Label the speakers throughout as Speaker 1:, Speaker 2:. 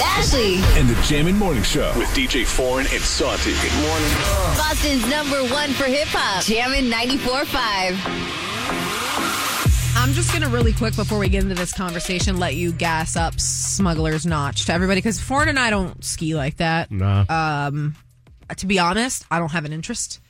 Speaker 1: Ashley,
Speaker 2: And the Jammin' Morning Show with DJ Foreign and Santi. Good morning.
Speaker 1: Boston's number one for hip hop. Jammin' 94.5.
Speaker 3: I'm just going to really quick before we get into this conversation let you gas up Smuggler's Notch to everybody because Foreign and I don't ski like that. Um,
Speaker 4: Nah,
Speaker 3: To be honest, I don't have an interest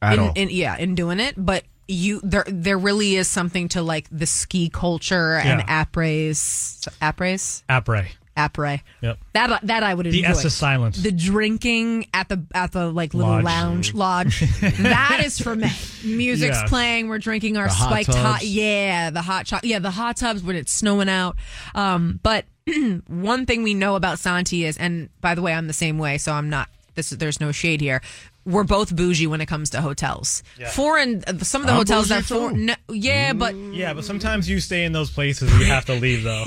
Speaker 4: I
Speaker 3: in,
Speaker 4: don't.
Speaker 3: in yeah in doing it, but you there there really is something to like the ski culture and
Speaker 5: Yeah.
Speaker 3: apres apres
Speaker 5: Apre.
Speaker 3: apres.
Speaker 5: Yep.
Speaker 3: That that I would enjoy.
Speaker 5: The S is silent.
Speaker 3: The drinking at the at the like little
Speaker 5: Lodge.
Speaker 3: lounge lodge. that is for me. Music's
Speaker 5: Yeah.
Speaker 3: playing. We're drinking our
Speaker 4: The hot
Speaker 3: spiked hot.
Speaker 4: tubs.
Speaker 3: Yeah, the hot cho- yeah the hot tubs when it's snowing out. Um, but one thing we know about Santi is, and by the way, I'm the same way, so I'm not. This there's no shade here. We're both bougie when it comes to hotels. Foreign, some of the
Speaker 4: I'm
Speaker 3: hotels
Speaker 4: bougie
Speaker 3: that
Speaker 4: too. Mm.
Speaker 3: foreign. No, yeah, but
Speaker 5: Yeah, but sometimes you stay in those places and you have to leave though.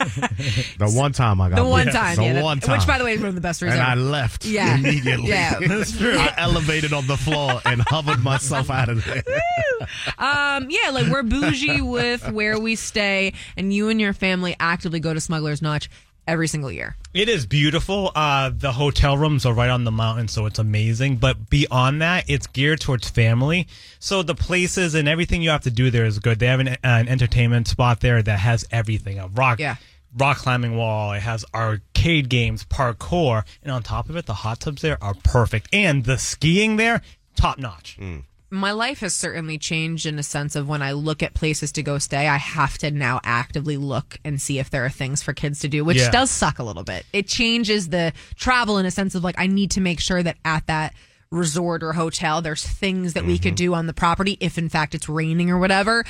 Speaker 4: the one time I got
Speaker 3: the one
Speaker 4: booked.
Speaker 3: time,
Speaker 4: the
Speaker 3: yeah, that-
Speaker 4: one time,
Speaker 3: which by the way is one of the best reasons.
Speaker 4: and I left
Speaker 3: Yeah.
Speaker 4: immediately.
Speaker 3: Yeah. That's
Speaker 4: true. I elevated on the floor and hovered myself out of there.
Speaker 3: Um, yeah, like we're bougie with where we stay, and you and your family actively go to Smuggler's Notch every single year.
Speaker 5: It is beautiful. Uh, the hotel rooms are right on the mountain, so it's amazing. But beyond that, it's geared towards family. So the places and everything you have to do there is good. They have an, an entertainment spot there that has everything a rock,
Speaker 3: Yeah.
Speaker 5: rock climbing wall. It has arcade games, parkour, and on top of it, the hot tubs there are perfect, and the skiing there, top notch.
Speaker 3: My life has certainly changed in a sense of when I look at places to go stay, I have to now actively look and see if there are things for kids to do, which
Speaker 5: Yeah.
Speaker 3: does suck a little bit. It changes the travel in a sense of like, I need to make sure that at that resort or hotel, there's things that we could do on the property if in fact it's raining or whatever.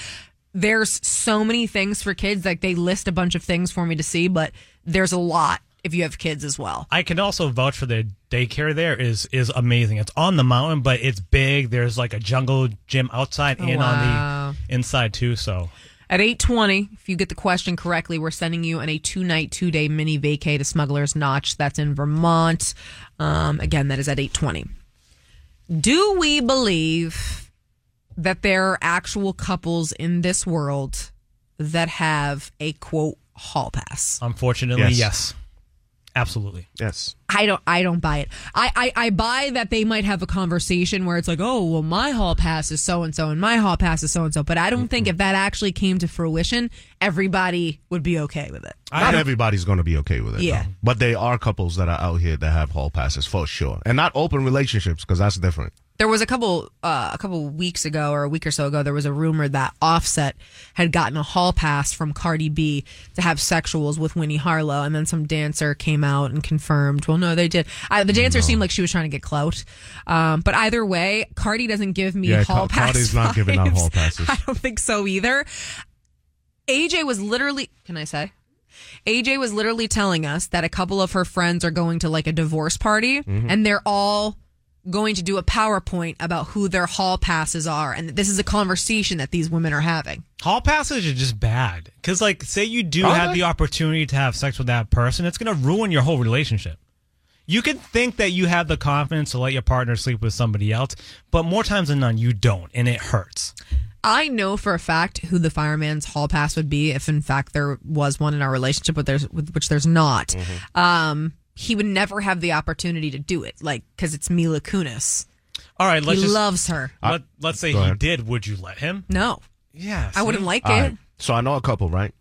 Speaker 3: there's so many things for kids. Like they list a bunch of things for me to see, but there's a lot if you have kids as well.
Speaker 5: I can also vouch for the daycare there is is amazing. It's on the mountain, but it's big. There's like a jungle gym outside and
Speaker 3: Oh, wow.
Speaker 5: on the inside too. So
Speaker 3: At 8:20, if you get the question correctly, we're sending you on a two-night, two-day mini vacay to Smuggler's Notch. That's in Vermont. Um, again, that is at 8:20. Do we believe that there are actual couples in this world that have a quote hall pass?
Speaker 5: unfortunately,
Speaker 4: Yes.
Speaker 5: yes. Absolutely.
Speaker 4: Yes.
Speaker 3: I don't I don't buy it. I, I, I buy that they might have a conversation where it's like, oh well my hall pass is so and so and my hall pass is so and so. But I don't think if that actually came to fruition, everybody would be okay with it.
Speaker 4: Not everybody's going to be okay with it.
Speaker 3: Yeah.
Speaker 4: though. But there are couples that are out here that have hall passes for sure. And not open relationships because that's different.
Speaker 3: There was a couple uh, a couple weeks ago or a week or so ago, there was a rumor that offset had gotten a hall pass from Cardi B to have sexuals with Winnie Harlow, and then some dancer came out and confirmed, well no, they did. I, the dancer seemed like she was trying to get clout. Um, but either way, Cardi doesn't give me
Speaker 4: Yeah,
Speaker 3: hall
Speaker 4: Ca-
Speaker 3: pass.
Speaker 4: Cardi's not giving out
Speaker 3: vibes.
Speaker 4: hall passes.
Speaker 3: I don't think so either. AJ was literally, can I say? AJ was literally telling us that a couple of her friends are going to like a divorce party
Speaker 4: Mm-hmm.
Speaker 3: and they're all going to do a PowerPoint about who their hall passes are. And this is a conversation that these women are having.
Speaker 5: Hall passes are just bad because, like, say you do
Speaker 4: Are
Speaker 5: have
Speaker 4: they?
Speaker 5: the opportunity to have sex with that person, it's gonna ruin your whole relationship. You could think that you have the confidence to let your partner sleep with somebody else, but more times than none, you don't, and it hurts.
Speaker 3: I know for a fact who the fireman's hall pass would be if, in fact, there was one in our relationship, but there's with- which there's not.
Speaker 4: Mm-hmm.
Speaker 3: Um, he would never have the opportunity to do it, like because it's Mila Kunis.
Speaker 5: All right,
Speaker 3: He
Speaker 5: let's just
Speaker 3: loves her.
Speaker 5: let, let's say
Speaker 4: Go
Speaker 5: he
Speaker 4: ahead.
Speaker 5: did. Would you let him?
Speaker 3: No,
Speaker 5: Yeah,
Speaker 3: I wouldn't like
Speaker 4: All
Speaker 3: it.
Speaker 4: right. So I know a couple, right?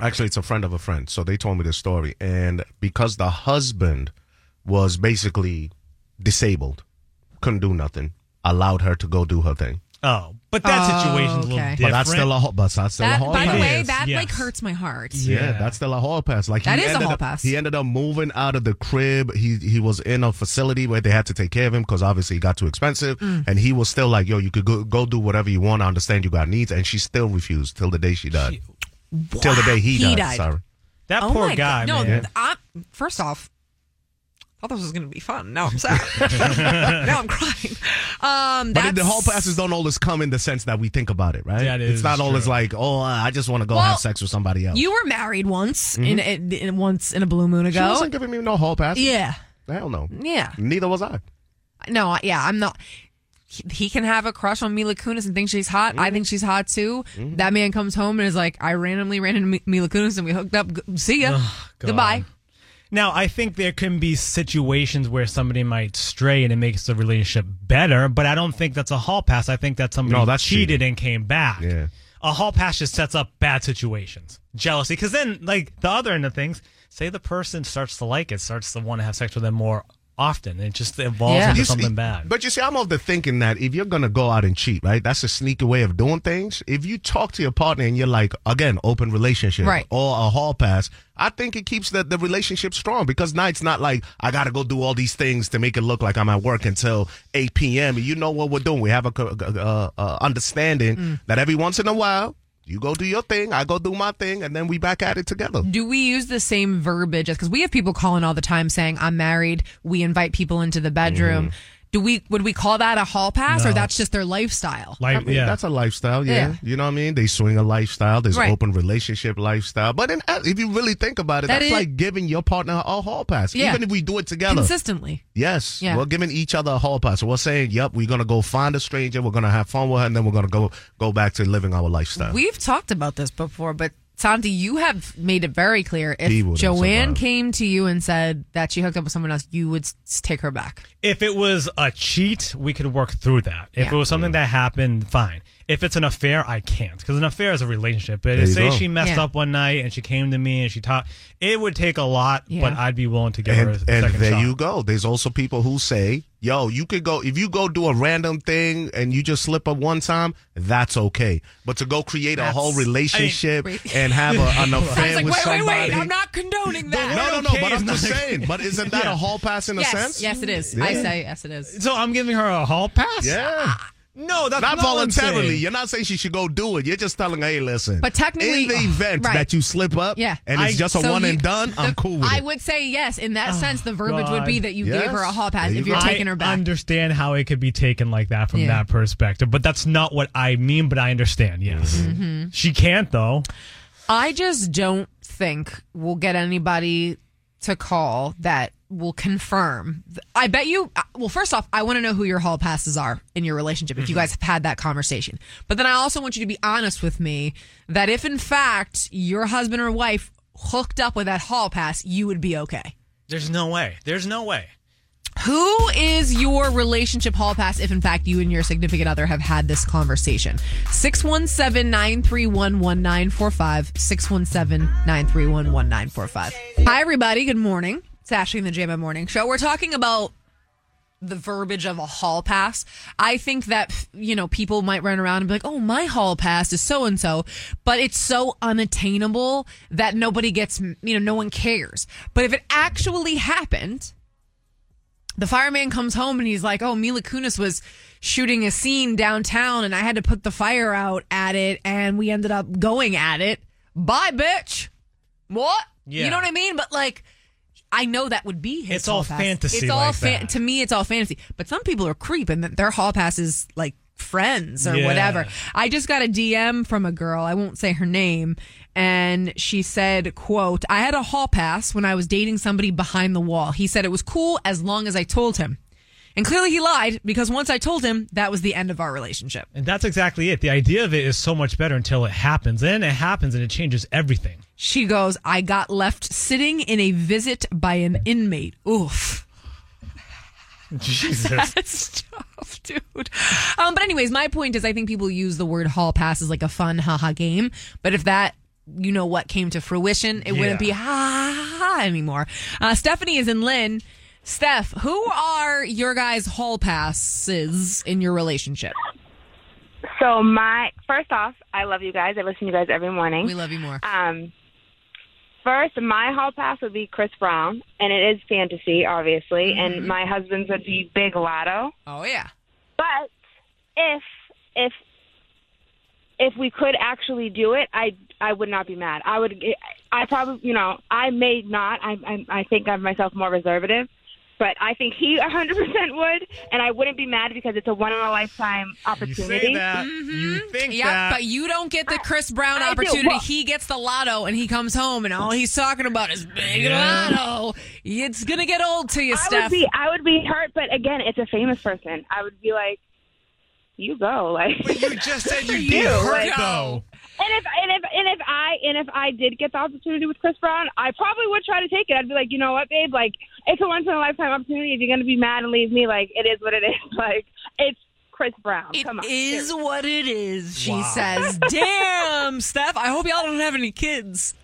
Speaker 4: Actually, it's a friend of a friend. So they told me this story. And because the husband was basically disabled, couldn't do nothing, allowed her to go do her thing.
Speaker 5: Oh, but that
Speaker 3: Oh,
Speaker 5: situation's a little
Speaker 3: okay.
Speaker 5: different.
Speaker 4: But that's still a hall, but that's still a
Speaker 3: That,
Speaker 4: hall
Speaker 3: by
Speaker 4: pass.
Speaker 3: the way,
Speaker 5: Yes,
Speaker 3: that
Speaker 5: yes.
Speaker 3: like hurts my heart.
Speaker 4: Yeah,
Speaker 5: Yeah.
Speaker 4: that's still a hall pass. Like he
Speaker 3: That is a
Speaker 4: ended
Speaker 3: hall
Speaker 4: up-
Speaker 3: pass.
Speaker 4: He ended up moving out of the crib. He he was in a facility where they had to take care of him because obviously it got too expensive.
Speaker 3: Mm.
Speaker 4: And he was still like, "Yo, you could go go do whatever you want. I understand you got needs." And she still refused till the day she died. Till the day he,
Speaker 3: He
Speaker 4: died,
Speaker 3: died.
Speaker 4: Sorry.
Speaker 5: That
Speaker 3: Oh
Speaker 5: poor
Speaker 3: my
Speaker 5: guy.
Speaker 3: God. No,
Speaker 5: man.
Speaker 3: th- I, first off, I thought this was going to be fun. Now I'm sad. now I'm crying. Um,
Speaker 4: But
Speaker 3: that's,
Speaker 4: it- the whole passes don't always come in the sense that we think about it, right?
Speaker 5: That
Speaker 4: it's
Speaker 5: is
Speaker 4: not always
Speaker 5: true.
Speaker 4: like, oh, I just want to go
Speaker 3: Well,
Speaker 4: have sex with somebody else.
Speaker 3: You were married once in, in, in- once in a blue moon
Speaker 4: Mm-hmm. she
Speaker 3: ago.
Speaker 4: wasn't giving me no hall pass.
Speaker 3: yeah,
Speaker 4: Hell no.
Speaker 3: yeah.
Speaker 4: Neither was I. Mm-hmm.
Speaker 3: No, I- yeah, I'm not. He, he can have a crush on Mila Kunis and think she's hot. I
Speaker 4: Mm-hmm.
Speaker 3: think she's hot too. That man comes home and is like, I randomly ran into Mi- Mila Kunis and we hooked up. G- See ya.
Speaker 5: God.
Speaker 3: Goodbye.
Speaker 5: Now, I think there can be situations where somebody might stray and it makes the relationship better, but I don't think that's a hall pass. I think that somebody
Speaker 4: No, that's
Speaker 5: cheated
Speaker 4: cheating.
Speaker 5: and came back.
Speaker 4: Yeah.
Speaker 5: A hall pass just sets up bad situations. Jealousy. Because then, like, the other end of things, say the person starts to like it, starts to want to have sex with them more often. It just evolves
Speaker 3: Yeah.
Speaker 5: into
Speaker 4: You see-
Speaker 5: something bad.
Speaker 4: But you see, I'm of the thinking that if you're gonna go out and cheat, right? That's a sneaky way of doing things. If you talk to your partner and you're like, again, open relationship
Speaker 3: Right.
Speaker 4: or a hall pass, I think it keeps the, the relationship strong because now it's not like I gotta go do all these things to make it look like I'm at work until 8 p.m. You know what we're doing? We have a co- uh, uh, understanding that every once in a while. You go do your thing, I go do my thing, and then we back at it together.
Speaker 3: Do we use the same verbiage? Because we have people calling all the time saying, I'm married. We invite people into the bedroom.
Speaker 4: Mm-hmm.
Speaker 3: Do we, would we call that a hall pass or
Speaker 5: No.
Speaker 3: that's just their lifestyle?
Speaker 5: like,
Speaker 4: I mean,
Speaker 5: yeah.
Speaker 4: that's a lifestyle. Yeah.
Speaker 3: Yeah.
Speaker 4: you know what I mean. They swing a lifestyle. There's
Speaker 3: Right.
Speaker 4: open relationship lifestyle. But in, if you really think about it,
Speaker 3: That
Speaker 4: that's
Speaker 3: is-
Speaker 4: like giving your partner a hall pass.
Speaker 3: Yeah.
Speaker 4: Even if we do it together,
Speaker 3: Consistently.
Speaker 4: yes,
Speaker 3: Yeah.
Speaker 4: we're giving each other a hall pass. We're saying, "Yep, we're gonna go find a stranger. We're gonna have fun with her, and then we're gonna go go back to living our lifestyle."
Speaker 3: We've talked about this before, but Santi, you have made it very clear.
Speaker 4: He
Speaker 3: If
Speaker 4: wouldn't
Speaker 3: Joanne
Speaker 4: survive.
Speaker 3: came to you and said that she hooked up with someone else, you would s- take her back.
Speaker 5: If it was a cheat, we could work through that. If
Speaker 3: Yeah.
Speaker 5: it was something that happened, fine. If it's an affair, I can't because an affair is a relationship. But
Speaker 4: you
Speaker 5: say
Speaker 4: go.
Speaker 5: she messed
Speaker 3: Yeah.
Speaker 5: up one night and she came to me and she talked, it would take a lot,
Speaker 3: Yeah.
Speaker 5: but I'd be willing to give
Speaker 4: and
Speaker 5: her a
Speaker 4: and
Speaker 5: second
Speaker 4: there
Speaker 5: shot.
Speaker 4: you go. There's also people who say, "Yo, you could go if you go do a random thing and you just slip up one time. That's okay. But to go create a whole relationship
Speaker 3: wait.
Speaker 4: and have a, an
Speaker 3: I was
Speaker 4: affair
Speaker 3: like,
Speaker 4: with
Speaker 3: wait,
Speaker 4: somebody."
Speaker 3: wait, wait! I'm not condoning that.
Speaker 4: No, no, no.
Speaker 5: okay
Speaker 4: But
Speaker 5: is
Speaker 4: I'm
Speaker 5: not
Speaker 4: just
Speaker 5: okay.
Speaker 4: saying. But isn't that a hall pass in a
Speaker 3: yes,
Speaker 4: sense?
Speaker 3: yes, it is. I say yes, it is.
Speaker 5: So I'm giving her a hall pass.
Speaker 4: Yeah.
Speaker 5: No,
Speaker 3: Ah,
Speaker 5: that's not
Speaker 4: Not
Speaker 5: what I'm
Speaker 4: voluntarily.
Speaker 5: saying.
Speaker 4: You're not saying she should go do it. You're just telling her, hey, listen.
Speaker 3: But technically-
Speaker 4: in the event
Speaker 3: Right.
Speaker 4: that you slip up,
Speaker 3: Yeah.
Speaker 4: and it's
Speaker 5: I-
Speaker 4: just a
Speaker 3: So
Speaker 4: one
Speaker 3: you-
Speaker 4: and done, I'm
Speaker 3: the-
Speaker 4: cool with
Speaker 3: I
Speaker 4: it.
Speaker 3: would say yes. In that sense, the verbiage would
Speaker 5: God.
Speaker 3: be that you gave her a
Speaker 4: Yes.
Speaker 3: hall pass
Speaker 4: There
Speaker 3: if
Speaker 4: you
Speaker 3: you're
Speaker 4: go.
Speaker 3: taking her
Speaker 5: I
Speaker 3: back.
Speaker 5: understand how it could be taken like that from
Speaker 3: Yeah.
Speaker 5: that perspective, but that's not what I mean. But I understand. Yes,
Speaker 3: Mm-hmm.
Speaker 5: she can't though.
Speaker 3: I just don't think we'll get anybody to call that will confirm. I bet you. uh, Well, first off, I want to know who your hall passes are in your relationship
Speaker 4: Mm-hmm.
Speaker 3: if you guys have had that conversation. But then I also want you to be honest with me that if in fact your husband or wife hooked up with that hall pass, you would be okay.
Speaker 5: There's no way. There's no way.
Speaker 3: Who is your relationship hall pass if, in fact, you and your significant other have had this conversation? 617 931 1945. 617 931 1945. Hi, everybody. Good morning. It's Ashley and the JMM Morning Show. We're talking about the verbiage of a hall pass. I think that, you know, people might run around and be like, oh, my hall pass is so and so, but it's so unattainable that nobody gets, you know, no one cares. But if it actually happened, the fireman comes home and he's like, "Oh, Mila Kunis was shooting a scene downtown, and I had to put the fire out at it, and we ended up going at it." Bye, bitch. What? You
Speaker 5: Yeah.
Speaker 3: know what I mean? But like, I know that would be his.
Speaker 5: It's all
Speaker 3: hall pass.
Speaker 5: fantasy
Speaker 3: It's all
Speaker 5: like that.
Speaker 3: to me. It's all fantasy. But some people are creep, and their hall pass is like friends or
Speaker 5: Yeah.
Speaker 3: whatever. I just got a DM from a girl. I won't say her name, and she said, "quote I had a hall pass when I was dating somebody behind the wall. He said it was cool as long as I told him, and clearly he lied because once I told him, that was the end of our relationship.
Speaker 5: And that's exactly it. The idea of it is so much better until it happens. Then it happens and it changes everything.
Speaker 3: She goes, I got left sitting in a visit by an inmate. Oof."
Speaker 5: Jesus.
Speaker 3: That's tough, dude. Um, but anyways, my point is, I think people use the word hall pass as like a fun, haha game. But if that, you know what came to fruition, it wouldn't be
Speaker 5: Yeah.
Speaker 3: ha ha ha anymore. Uh, Stephanie is in Lynn. Steph, who are your guys' hall passes in your relationship?
Speaker 6: So my first off, I love you guys. I listen to you guys every morning.
Speaker 3: We love you more.
Speaker 6: Um, first, my hall pass would be Chris Brown, and it is fantasy, obviously,
Speaker 3: Mm-hmm.
Speaker 6: and my husband's would be Big Lotto.
Speaker 3: Oh yeah,
Speaker 6: But if if if we could actually do it, I I would not be mad. I would
Speaker 7: I probably, you know, I may not. I, I, I think of myself more reservative, but I think he 100% would, and I wouldn't be mad because it's a one in a lifetime
Speaker 5: You
Speaker 7: opportunity.
Speaker 5: say that. You think
Speaker 3: Mm-hmm. Yeah,
Speaker 5: that.
Speaker 3: but you don't get the Chris Brown
Speaker 7: I do.
Speaker 3: opportunity.
Speaker 7: Well-
Speaker 3: he gets the lotto and he comes home and all he's talking about is big
Speaker 5: Yeah.
Speaker 3: lotto. It's gonna get old to you,
Speaker 7: I
Speaker 3: Steph.
Speaker 7: would be, I would be hurt, but again, it's a famous person. I would be like, you go, like.
Speaker 5: You just said you
Speaker 3: you.
Speaker 5: did hurt
Speaker 3: Like-
Speaker 5: though.
Speaker 7: And if and if and if I and if I did get the opportunity with Chris Brown, I probably would try to take it. I'd be like, you know what, babe, like it's a once in a lifetime opportunity. If you're gonna be mad and leave me, like it is what it is. Like it's Chris Brown.
Speaker 3: It
Speaker 7: Come on,
Speaker 3: is
Speaker 7: seriously.
Speaker 3: what it is, she says. Damn, Steph. I hope y'all don't have any kids.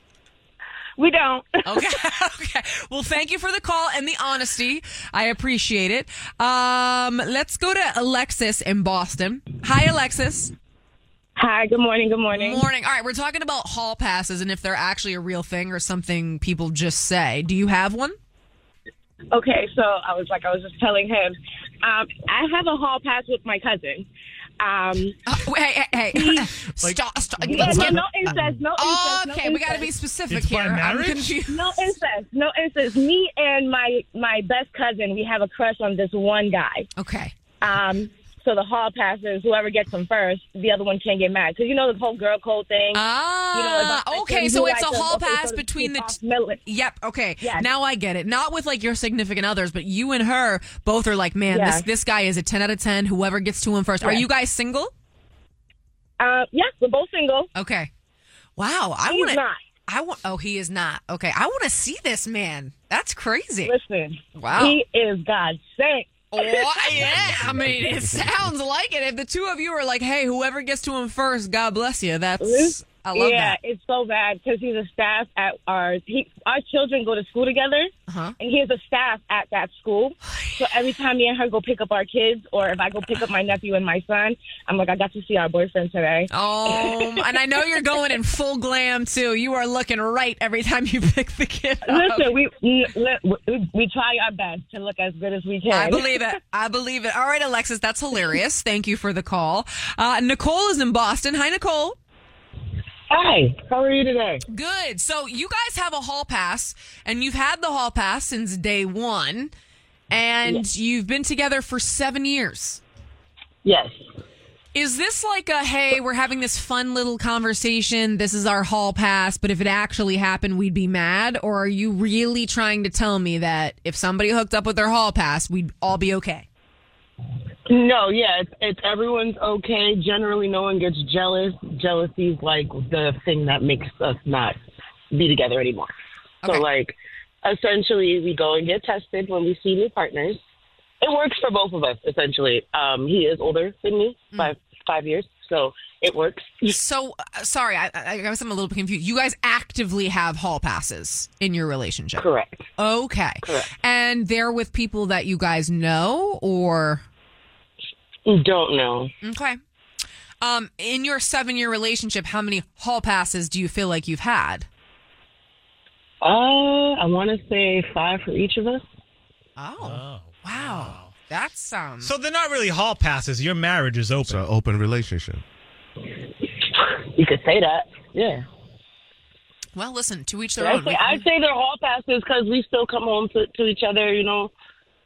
Speaker 7: we don't.
Speaker 3: Okay. okay. Well, thank you for the call and the honesty. I appreciate it. Um, let's go to Alexis in Boston. Hi, Alexis.
Speaker 7: Hi. Good morning. Good morning.
Speaker 3: Morning. All right, we're talking about hall passes and if they're actually a real thing or something people just say. Do you have one?
Speaker 6: Okay, so I was like, I was just telling him, um, I have a hall pass with my cousin. Um,
Speaker 3: Uh, hey, hey, hey. stop. stop. Let's
Speaker 6: no,
Speaker 3: get- Oh,
Speaker 6: no incest, no incest. no
Speaker 3: okay, we got to be
Speaker 6: incest.
Speaker 3: specific
Speaker 5: It's by
Speaker 3: here.
Speaker 5: marriage?
Speaker 3: I'm confused.
Speaker 6: No incest, no incest. Me and my my best cousin, we have a crush on this one guy.
Speaker 3: Okay.
Speaker 6: Um, so the hall passes. Whoever gets him first, the other one can't get married. Because you know the whole girl code thing.
Speaker 3: Ah,
Speaker 6: about-
Speaker 3: okay.
Speaker 6: like,
Speaker 3: So
Speaker 6: who
Speaker 3: it's a
Speaker 6: likes us,
Speaker 3: hall
Speaker 6: okay, so
Speaker 3: pass
Speaker 6: to
Speaker 3: between the.
Speaker 6: keep off middle-
Speaker 3: Yep. Okay.
Speaker 6: Yes.
Speaker 3: Now I get it. Not with like your significant others, but you and her both are like, man,
Speaker 6: Yeah.
Speaker 3: this this guy is a ten out of ten. Whoever gets to him first. Are
Speaker 6: Yeah.
Speaker 3: you guys single?
Speaker 6: Uh, yeah, we're both single.
Speaker 3: Okay. Wow. I
Speaker 6: He's
Speaker 3: want to.
Speaker 6: not.
Speaker 3: I want. Oh, he is not. Okay. I want to see this man. That's crazy.
Speaker 6: Listen,
Speaker 3: Wow.
Speaker 6: he is God's sake.
Speaker 3: Oh, yeah. I mean, it sounds like it. If the two of you are like, hey, whoever gets to him first, God bless you. That's. I love
Speaker 6: yeah,
Speaker 3: that.
Speaker 6: it's so bad because he's a staff at our he, our children go to school together,
Speaker 3: Uh-huh.
Speaker 6: and he's a staff at that school. So every time me and her go pick up our kids, or if I go pick up my nephew and my son, I'm like, I got to see our boyfriend today.
Speaker 3: Oh, and I know you're going in full glam too. You are looking right every time you pick the kid. up.
Speaker 6: Listen, we, we we we try our best to look as good as we can.
Speaker 3: I believe it. I believe it. All right, Alexis, that's hilarious. Thank you for the call. Uh, Nicole is in Boston. Hi, Nicole.
Speaker 6: Hi, how are you today?
Speaker 3: Good. So you guys have a hall pass, and you've had the hall pass since day one, and you've been together for seven years.
Speaker 6: Yes.
Speaker 3: Is this like a hey, we're having this fun little conversation? This is our hall pass, but if it actually happened, we'd be mad? Or are you really trying to tell me that if somebody hooked up with their hall pass, we'd all be okay?
Speaker 6: No, yeah, it's, it's everyone's okay. Generally, no one gets jealous. Jealousy's like the thing that makes us not be together anymore.
Speaker 3: Okay.
Speaker 6: So, like, essentially, we go and get tested when we see new partners. It works for both of us, essentially. Um, he is older than me, five five years, so it works.
Speaker 3: So uh, sorry, I, I I guess I'm a little bit confused. You guys actively have hall passes in your relationship,
Speaker 6: Correct.
Speaker 3: Okay,
Speaker 6: Correct.
Speaker 3: and they're with people that you guys know, or
Speaker 6: Don't know.
Speaker 3: okay. Um, in your seven year relationship, how many hall passes do you feel like you've had?
Speaker 6: Uh, I want to say five for each of us.
Speaker 3: Oh, wow. that sounds
Speaker 5: So they're not really hall passes. Your marriage is open.
Speaker 4: It's an open relationship.
Speaker 6: You could say that. Yeah.
Speaker 3: well. Listen, to each their
Speaker 6: I
Speaker 3: own.
Speaker 6: say, I say they're hall passes because we still come home to, to each other. You know,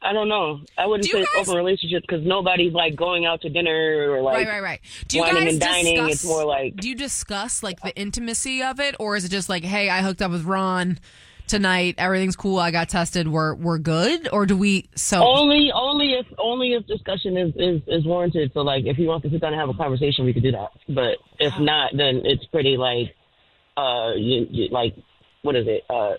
Speaker 6: I don't know. I wouldn't
Speaker 3: Do
Speaker 6: say
Speaker 3: you
Speaker 6: it's
Speaker 3: guys-
Speaker 6: open relationship because nobody's like going out to dinner or like.
Speaker 3: Right, right, right. Do you
Speaker 6: Wining
Speaker 3: guys
Speaker 6: and dining,
Speaker 3: discuss?
Speaker 6: it's more like-
Speaker 3: do you discuss like the intimacy of it, or is it just like, hey, I hooked up with Ron tonight. Everything's cool. I got tested. We're we're good. Or do we? So
Speaker 6: Only, only if only if discussion is, is is warranted. So like, if he wants to sit down and have a conversation, we could do that. But if not, then it's pretty like, uh, you, you, like, what is it? Uh,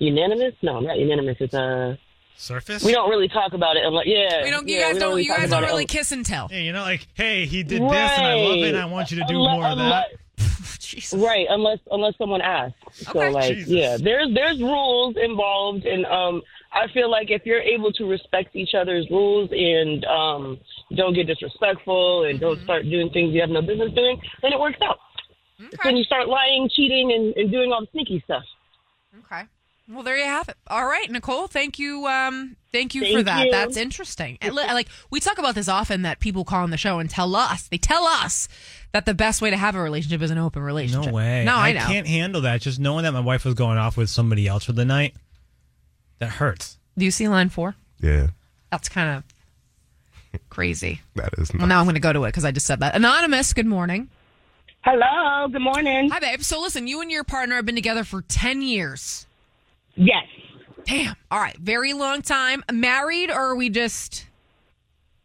Speaker 6: unanimous? No, not unanimous. It's uh,
Speaker 5: Surface?
Speaker 6: we don't really talk about it. unless yeah,
Speaker 3: we don't. You
Speaker 6: yeah,
Speaker 3: guys
Speaker 6: we
Speaker 3: don't.
Speaker 6: really
Speaker 3: you
Speaker 6: talk
Speaker 3: guys
Speaker 6: about
Speaker 3: don't
Speaker 6: it
Speaker 3: really kiss and tell.
Speaker 5: Yeah, you're not like, hey, he did this and I love it and I want you to do
Speaker 6: Right.
Speaker 5: more of that.
Speaker 3: Jesus.
Speaker 6: Right, unless unless someone asks. So
Speaker 3: Okay.
Speaker 6: like,
Speaker 5: Jesus.
Speaker 6: yeah, there's there's rules involved, and um, I feel like if you're able to respect each other's rules and um, don't get disrespectful and
Speaker 3: Mm-hmm.
Speaker 6: don't start doing things you have no business doing, then it works out. Then you start lying, cheating, and, and doing all the sneaky stuff.
Speaker 3: Okay. Well, there you have it. All right, Nicole, thank you. Um, thank you for
Speaker 8: Thank
Speaker 3: that.
Speaker 8: you.
Speaker 3: That's interesting. And li- like we talk about this often that people call on the show and tell us they tell us that the best way to have a relationship is an open
Speaker 5: No
Speaker 3: relationship.
Speaker 5: way.
Speaker 3: No, I, know.
Speaker 5: can't handle that. Just knowing that my wife was going off with somebody else for the night, that hurts.
Speaker 3: Do you see line four?
Speaker 4: Yeah,
Speaker 3: That's kind of crazy.
Speaker 4: that is
Speaker 3: Well,
Speaker 4: not.
Speaker 3: now I'm going to go to it because I just said that. Anonymous, good morning.
Speaker 6: Hello. Good morning.
Speaker 3: Hi, babe. So listen, you and your partner have been together for ten years.
Speaker 6: Yes.
Speaker 3: Damn. All right, very long time. Married, or are we just?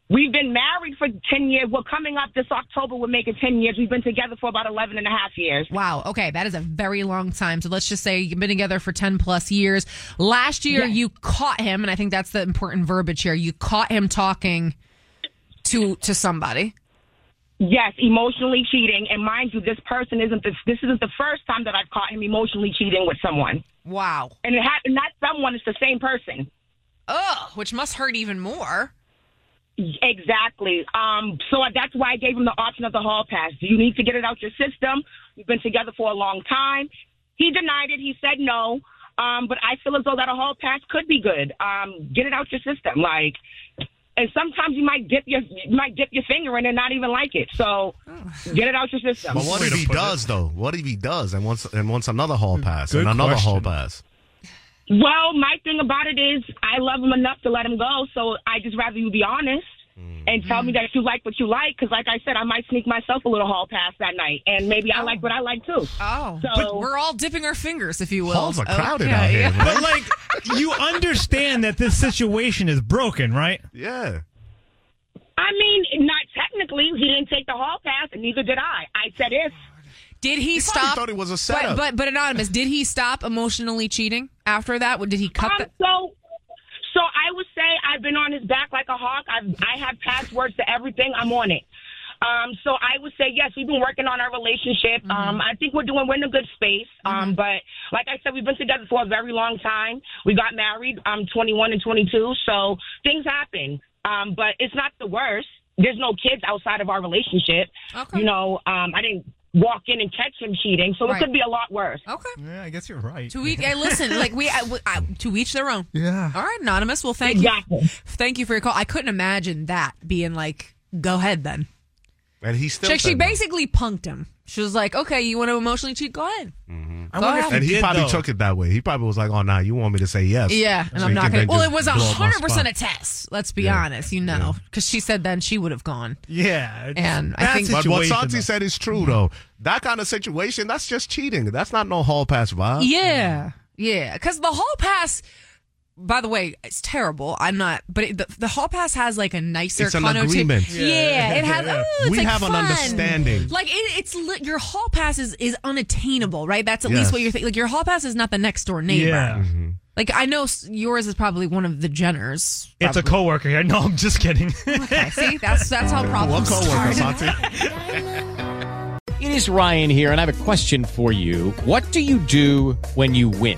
Speaker 6: We've been married for 10 years. We're coming up this October. We're making 10 years. We've been together for about 11 and a half years.
Speaker 3: Wow. Okay. That is a very long time. So let's just say you've been together for 10 plus years. Last year, you caught him, and I think that's the important verbiage here. You caught him talking to to somebody.
Speaker 6: Yes, emotionally cheating. And mind you, this person isn't the, this isn't the first time that I've caught him emotionally cheating with someone.
Speaker 3: Wow.
Speaker 6: And it happened, not someone, it's the same person.
Speaker 3: Ugh, which must hurt even more.
Speaker 6: Exactly. Um, so that's why I gave him the option of the hall pass. Do you need to get it out your system? We've been together for a long time. He denied it. He said no. Um, but I feel as though that a hall pass could be good. Um, get it out your system, like. And sometimes you might dip your you might dip your finger in and not even like it. So get it out your system.
Speaker 4: But what if he does though? What if he does and wants and wants another
Speaker 3: Hmm.
Speaker 4: hall pass
Speaker 5: Good
Speaker 4: and another hall
Speaker 5: question.
Speaker 4: pass?
Speaker 6: Well, my thing about it is I love him enough to let him go, so I just rather you be honest and tell me that you like what you like, because like I said, I might sneak myself a little hall pass that night, and maybe I like what I like too.
Speaker 3: Oh.
Speaker 6: So-
Speaker 3: But we're all dipping our fingers, if you will.
Speaker 4: Halls are crowded out
Speaker 3: Okay.
Speaker 4: here. man.
Speaker 5: But like, you understand that this situation is broken, right?
Speaker 4: Yeah.
Speaker 6: I mean, not technically, he didn't take the hall pass, and neither did I. I said if.
Speaker 3: Did he
Speaker 4: probably
Speaker 3: stop?
Speaker 4: thought it was a
Speaker 3: But,
Speaker 4: setup.
Speaker 3: but, but Anonymous, did he stop emotionally cheating after that? What- Did he cut
Speaker 6: Um,
Speaker 3: that?
Speaker 6: so, so I would say I've been on his back like a hawk. I've, I have passwords to everything. I'm on it. Um, so I would say yes. We've been working on our relationship.
Speaker 3: Mm-hmm.
Speaker 6: Um, I think we're doing we're in a good space. Um, but like I said, we've been together for a very long time. We got married. I'm 21 and 22, so things happen. Um, but it's not the worst. There's no kids outside of our relationship.
Speaker 3: Okay.
Speaker 6: You know, um, I didn't walk in and catch him cheating, so
Speaker 3: Right.
Speaker 6: it could be a lot worse.
Speaker 3: Okay.
Speaker 5: Yeah, I guess you're right.
Speaker 3: To each, hey, listen, like we, I, I, to each their own.
Speaker 5: Yeah.
Speaker 3: All right, anonymous. Well, thank
Speaker 6: Exactly.
Speaker 3: you, thank you for your call. I couldn't imagine that being like, go ahead then.
Speaker 4: And he still.
Speaker 3: She, she
Speaker 4: said no.
Speaker 3: basically punked him. She was like, okay, you want to emotionally cheat? Go ahead.
Speaker 5: I wonder if
Speaker 3: ahead.
Speaker 4: And he
Speaker 5: did,
Speaker 4: probably
Speaker 5: though.
Speaker 4: took it that way. He probably was like, "Oh, nah, you want me to say yes?"
Speaker 3: Yeah, and
Speaker 4: So
Speaker 3: I'm
Speaker 4: you
Speaker 3: not
Speaker 4: can
Speaker 3: gonna.
Speaker 4: then
Speaker 3: Well,
Speaker 4: just
Speaker 3: it was a
Speaker 4: blow up my
Speaker 3: hundred percent a
Speaker 4: spot.
Speaker 3: test. Let's be
Speaker 4: Yeah.
Speaker 3: honest, you know, because she said then she would have gone.
Speaker 5: Yeah, it's-
Speaker 3: And I
Speaker 5: that
Speaker 3: think-
Speaker 4: But what
Speaker 5: situation,
Speaker 4: Santi
Speaker 5: though.
Speaker 4: said is true though. That kind of situation, that's just cheating. That's not no hall pass vibe.
Speaker 3: Yeah, yeah, because the hall pass. By the way, it's terrible. I'm not, but it, the, the hall pass has like a nicer
Speaker 4: It's an
Speaker 3: connotation.
Speaker 4: agreement.
Speaker 3: Yeah, it has.
Speaker 5: Yeah.
Speaker 3: ooh, it's
Speaker 4: We
Speaker 3: like
Speaker 4: have an
Speaker 3: fun.
Speaker 4: understanding.
Speaker 3: Like it, it's li- your hall pass is, is unattainable, right? That's at least
Speaker 4: Yes.
Speaker 3: what you're thinking. Like your hall pass is not the next door neighbor.
Speaker 5: Yeah,
Speaker 3: Like I know s- yours is probably one of the Jenners.
Speaker 5: it's a coworker here. No, I'm just kidding.
Speaker 3: Okay, see, that's that's how
Speaker 4: What
Speaker 3: problems
Speaker 4: coworker,
Speaker 3: start.
Speaker 4: Santi?
Speaker 9: It is Ryan here, and I have a question for you. What do you do when you win?